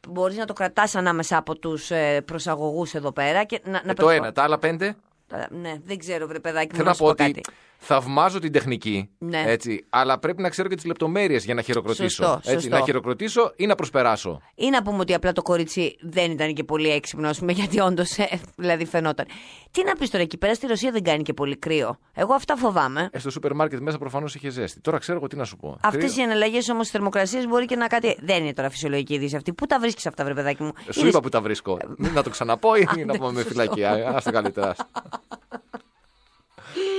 S3: μπορεί να το κρατάς ανάμεσα από τους ε, προσαγωγούς εδώ πέρα και να, να
S2: Ε, το
S3: περνάς-
S2: ένα, τα άλλα πέντε.
S3: Τώρα, Ναι, δεν ξέρω, βρε παιδάκι, μου
S2: Θέλω να
S3: σου
S2: πω ότι
S3: κάτι.
S2: θαυμάζω την τεχνική.
S3: Ναι.
S2: Έτσι, αλλά πρέπει να ξέρω και τις λεπτομέρειες για να χειροκροτήσω.
S3: Σωστό,
S2: έτσι,
S3: σωστό.
S2: να χειροκροτήσω ή να προσπεράσω.
S3: Ή να πούμε ότι απλά το κορίτσι δεν ήταν και πολύ έξυπνο, ας πούμε, γιατί όντως δηλαδή φαινόταν. Τι να πεις τώρα, εκεί πέρα στη Ρωσία δεν κάνει και πολύ κρύο. Εγώ αυτά φοβάμαι.
S2: Ε, στο σούπερ μάρκετ μέσα προφανώς είχε ζέστη. Τώρα ξέρω εγώ τι να σου πω.
S3: Αυτές
S2: Κρύο.
S3: οι εναλλαγές όμως της θερμοκρασίας μπορεί και να κάτι. Δεν είναι τώρα φυσιολογική είδηση αυτή. Πού τα βρίσκεις αυτά, βρε παιδάκι μου.
S2: Ε, Σου
S3: Είδες-
S2: είπα που τα βρίσκω. Μην να το ξαναπώ ή να
S3: Ε, ναι,
S2: πούμε με
S3: σωστό.
S2: φυλακή. Α ας το καλύτερα.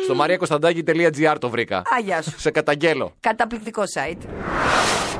S2: Στο mariakostantakis.gr το βρήκα.
S3: Α, γεια σου.
S2: Σε καταγγέλω.
S3: Καταπληκτικό site.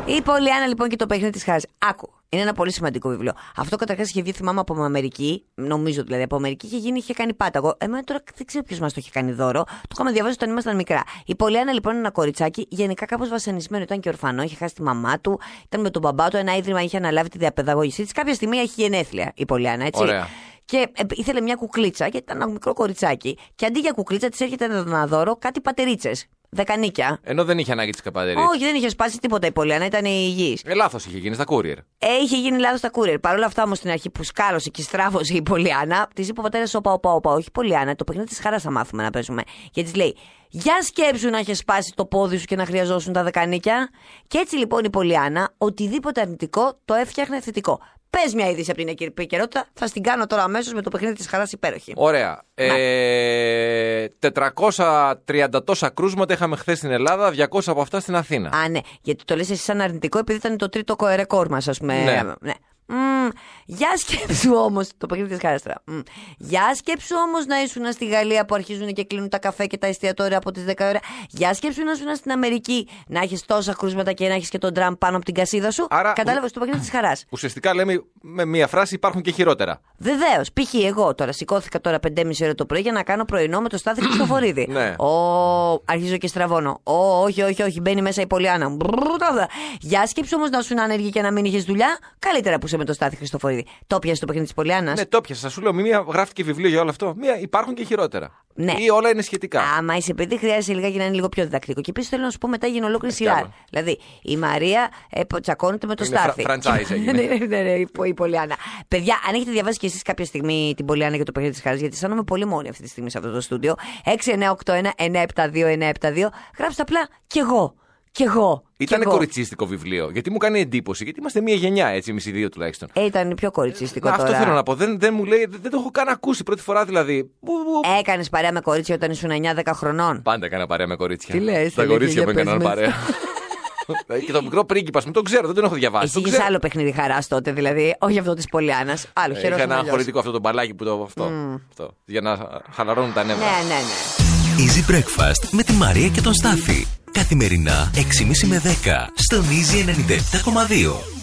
S3: Η Πολυάννα λοιπόν και το παιχνίδι της χάρης. Άκου. Είναι ένα πολύ σημαντικό βιβλίο. Αυτό καταρχάς είχε βγει, θυμάμαι, από Αμερική. Νομίζω δηλαδή από Αμερική. Είχε γίνει, είχε κάνει πάταγο. Εμένα τώρα δεν ξέρω ποιος μας το είχε κάνει δώρο. Το είχαμε διαβάσει όταν ήμασταν μικρά. Η Πολυάννα λοιπόν είναι ένα κοριτσάκι, γενικά κάπως βασανισμένο. Ήταν και ορφανό, είχε χάσει τη μαμά του. Ήταν με τον μπαμπά του. Ένα ίδρυμα είχε αναλάβει τη διαπαιδαγώγησή της. Κάποια στιγμή έχει γενέθλια η Πολυάννα, έτσι.
S2: Ωραία.
S3: Και ε, ήθελε μια κουκλίτσα, γιατί ήταν ένα μικρό κοριτσάκι. Και αντί για κουκλίτσα της έρχεται ένα δώρο κάτι πατερίτσες. Δεκανίκια.
S2: Ενώ δεν είχε ανάγκη της καπαδερή.
S3: Όχι, δεν είχε σπάσει τίποτα η Πολιάνα, ήταν υγιή.
S2: Ε, λάθος είχε γίνει στα courier.
S3: Ε, είχε γίνει λάθος τα courier. Παρ' όλα αυτά όμως στην αρχή που σκάλωσε και στράφωσε η Πολιάνα, της είπε ο πατέρας: Όπα, όπα, όπα. Όχι, Πολιάνα, το παιχνίδι της χαρά θα μάθουμε να παίζουμε. Γιατί της λέει: Για σκέψου να είχε σπάσει το πόδι σου και να χρειαζόσουν τα δεκανίκια. Και έτσι λοιπόν η Πολιάνα, οτιδήποτε αρνητικό το έφτιαχνε θετικό. Πες μια είδηση από την επικαιρότητα, θα στην κάνω τώρα αμέσως με το παιχνίδι της χαράς υπέροχη.
S2: Ωραία. Ε, 430 τόσα κρούσματα είχαμε χθες στην Ελλάδα, 200 από αυτά στην Αθήνα.
S3: Α, ναι. Γιατί το λες εσύ σαν αρνητικό επειδή ήταν το τρίτο κο- ρεκόρ μας, ας πούμε.
S2: Ναι.
S3: ναι. Μμμ, για σκέψου όμως. Το παιχνίδι τη Χάστρα. Μμμ. Για σκέψου όμως να ήσουν στη Γαλλία που αρχίζουν και κλείνουν τα καφέ και τα εστιατόρια από τις 10 ώρα. Για σκέψου να ήσουν στην Αμερική να έχεις τόσα κρούσματα και να έχεις και τον Τραμπ πάνω από την κασίδα σου.
S2: Άρα-
S3: Κατάλαβες το παιχνίδι της χαράς.
S2: Ουσιαστικά λέμε με μία φράση υπάρχουν και χειρότερα.
S3: Βεβαίως. Π.χ. εγώ τώρα σηκώθηκα τώρα 5.30 ώρα το πρωί για να κάνω πρωινό με το Στάθη Χρυστοφορίδη.
S2: Ναι.
S3: Ω, αρχίζω και στραβώνω. Ω, όχι, όχι, όχι, μπαίνει μέσα η Πολιάνα. Μπρρρρ, τα αυτά. Για σκέψου όμως να σου είναι άνεργη και να μην είχες δουλειά. Καλύτερα που είσαι με το Στάθη Χρυστοφορίδη. Το πιασε το παιχνίδι της Πολιάνα.
S2: Ναι, το πιασα. Σας σου λέω, μία γράφτηκε βιβλίο για όλο αυτό. Μία υπάρχουν και χειρότερα.
S3: Ναι.
S2: Ή όλα είναι σχετικά.
S3: Άμα είσαι παιδί, χρειάζεσαι λιγάκι να είναι λίγο πιο διδακτικό. Και επίσης θέλω να σου πω μετά έγινε ολόκληρη
S2: καλά.
S3: σειρά. Δηλαδή, η Μαρία ε, πο- τσακώνεται με το
S2: Είναι
S3: Στάθη.
S2: φρα- franchise έγινε.
S3: ναι, ναι, ναι, ναι, η, Πο- η Πολιάνα. Παιδιά, αν έχετε διαβάσει κι εσείς κάποια στιγμή την Πολιάνα για το παιχνίδι της Χάρης, γιατί αισθάνομαι πολύ μόνη αυτή τη στιγμή σε αυτό το στούντιο. 6981-972-972. Γράψτε απλά κι εγώ. Κι εγώ. κι
S2: Ήταν
S3: εγώ.
S2: κοριτσίστικο βιβλίο. Γιατί μου κάνει εντύπωση. Γιατί είμαστε μία γενιά, έτσι, εμείς οι δύο τουλάχιστον.
S3: Ε, ήταν πιο κοριτσιστικό
S2: Να,
S3: τώρα.
S2: αυτό θέλω να πω. Δεν, δεν μου λέει, δεν, δεν το έχω καν ακούσει πρώτη φορά δηλαδή. Μου- μου-
S3: Έκανες παρέα με κορίτσια όταν ήσουν 9-10 χρονών.
S2: Πάντα έκανα παρέα με κορίτσια.
S3: Τι λες,
S2: Τα
S3: ρε, για
S2: κορίτσια μου
S3: πες
S2: έκαναν
S3: μας.
S2: παρέα. Ε, και το μικρό πρίγκιπας μου, τον ξέρω, δεν τον έχω διαβάσει.
S3: Εσύ
S2: τον
S3: είχες
S2: ξέρω.
S3: άλλο παιχνίδι χαράς τότε, δηλαδή. Όχι αυτό της Πολιάνας. Άλλο
S2: Ε,
S3: χαιρό.
S2: Είχα ένα χωρητικό αυτό το μπαλάκι που το. Αυτό, αυτό, για να χαλαρώνουν τα νεύρα.
S3: Ναι, ναι, ναι.
S1: Easy Breakfast με τη Μαρία και τον Στάφη. Καθημερινά 6.30 με 10 στον Easy 97.2.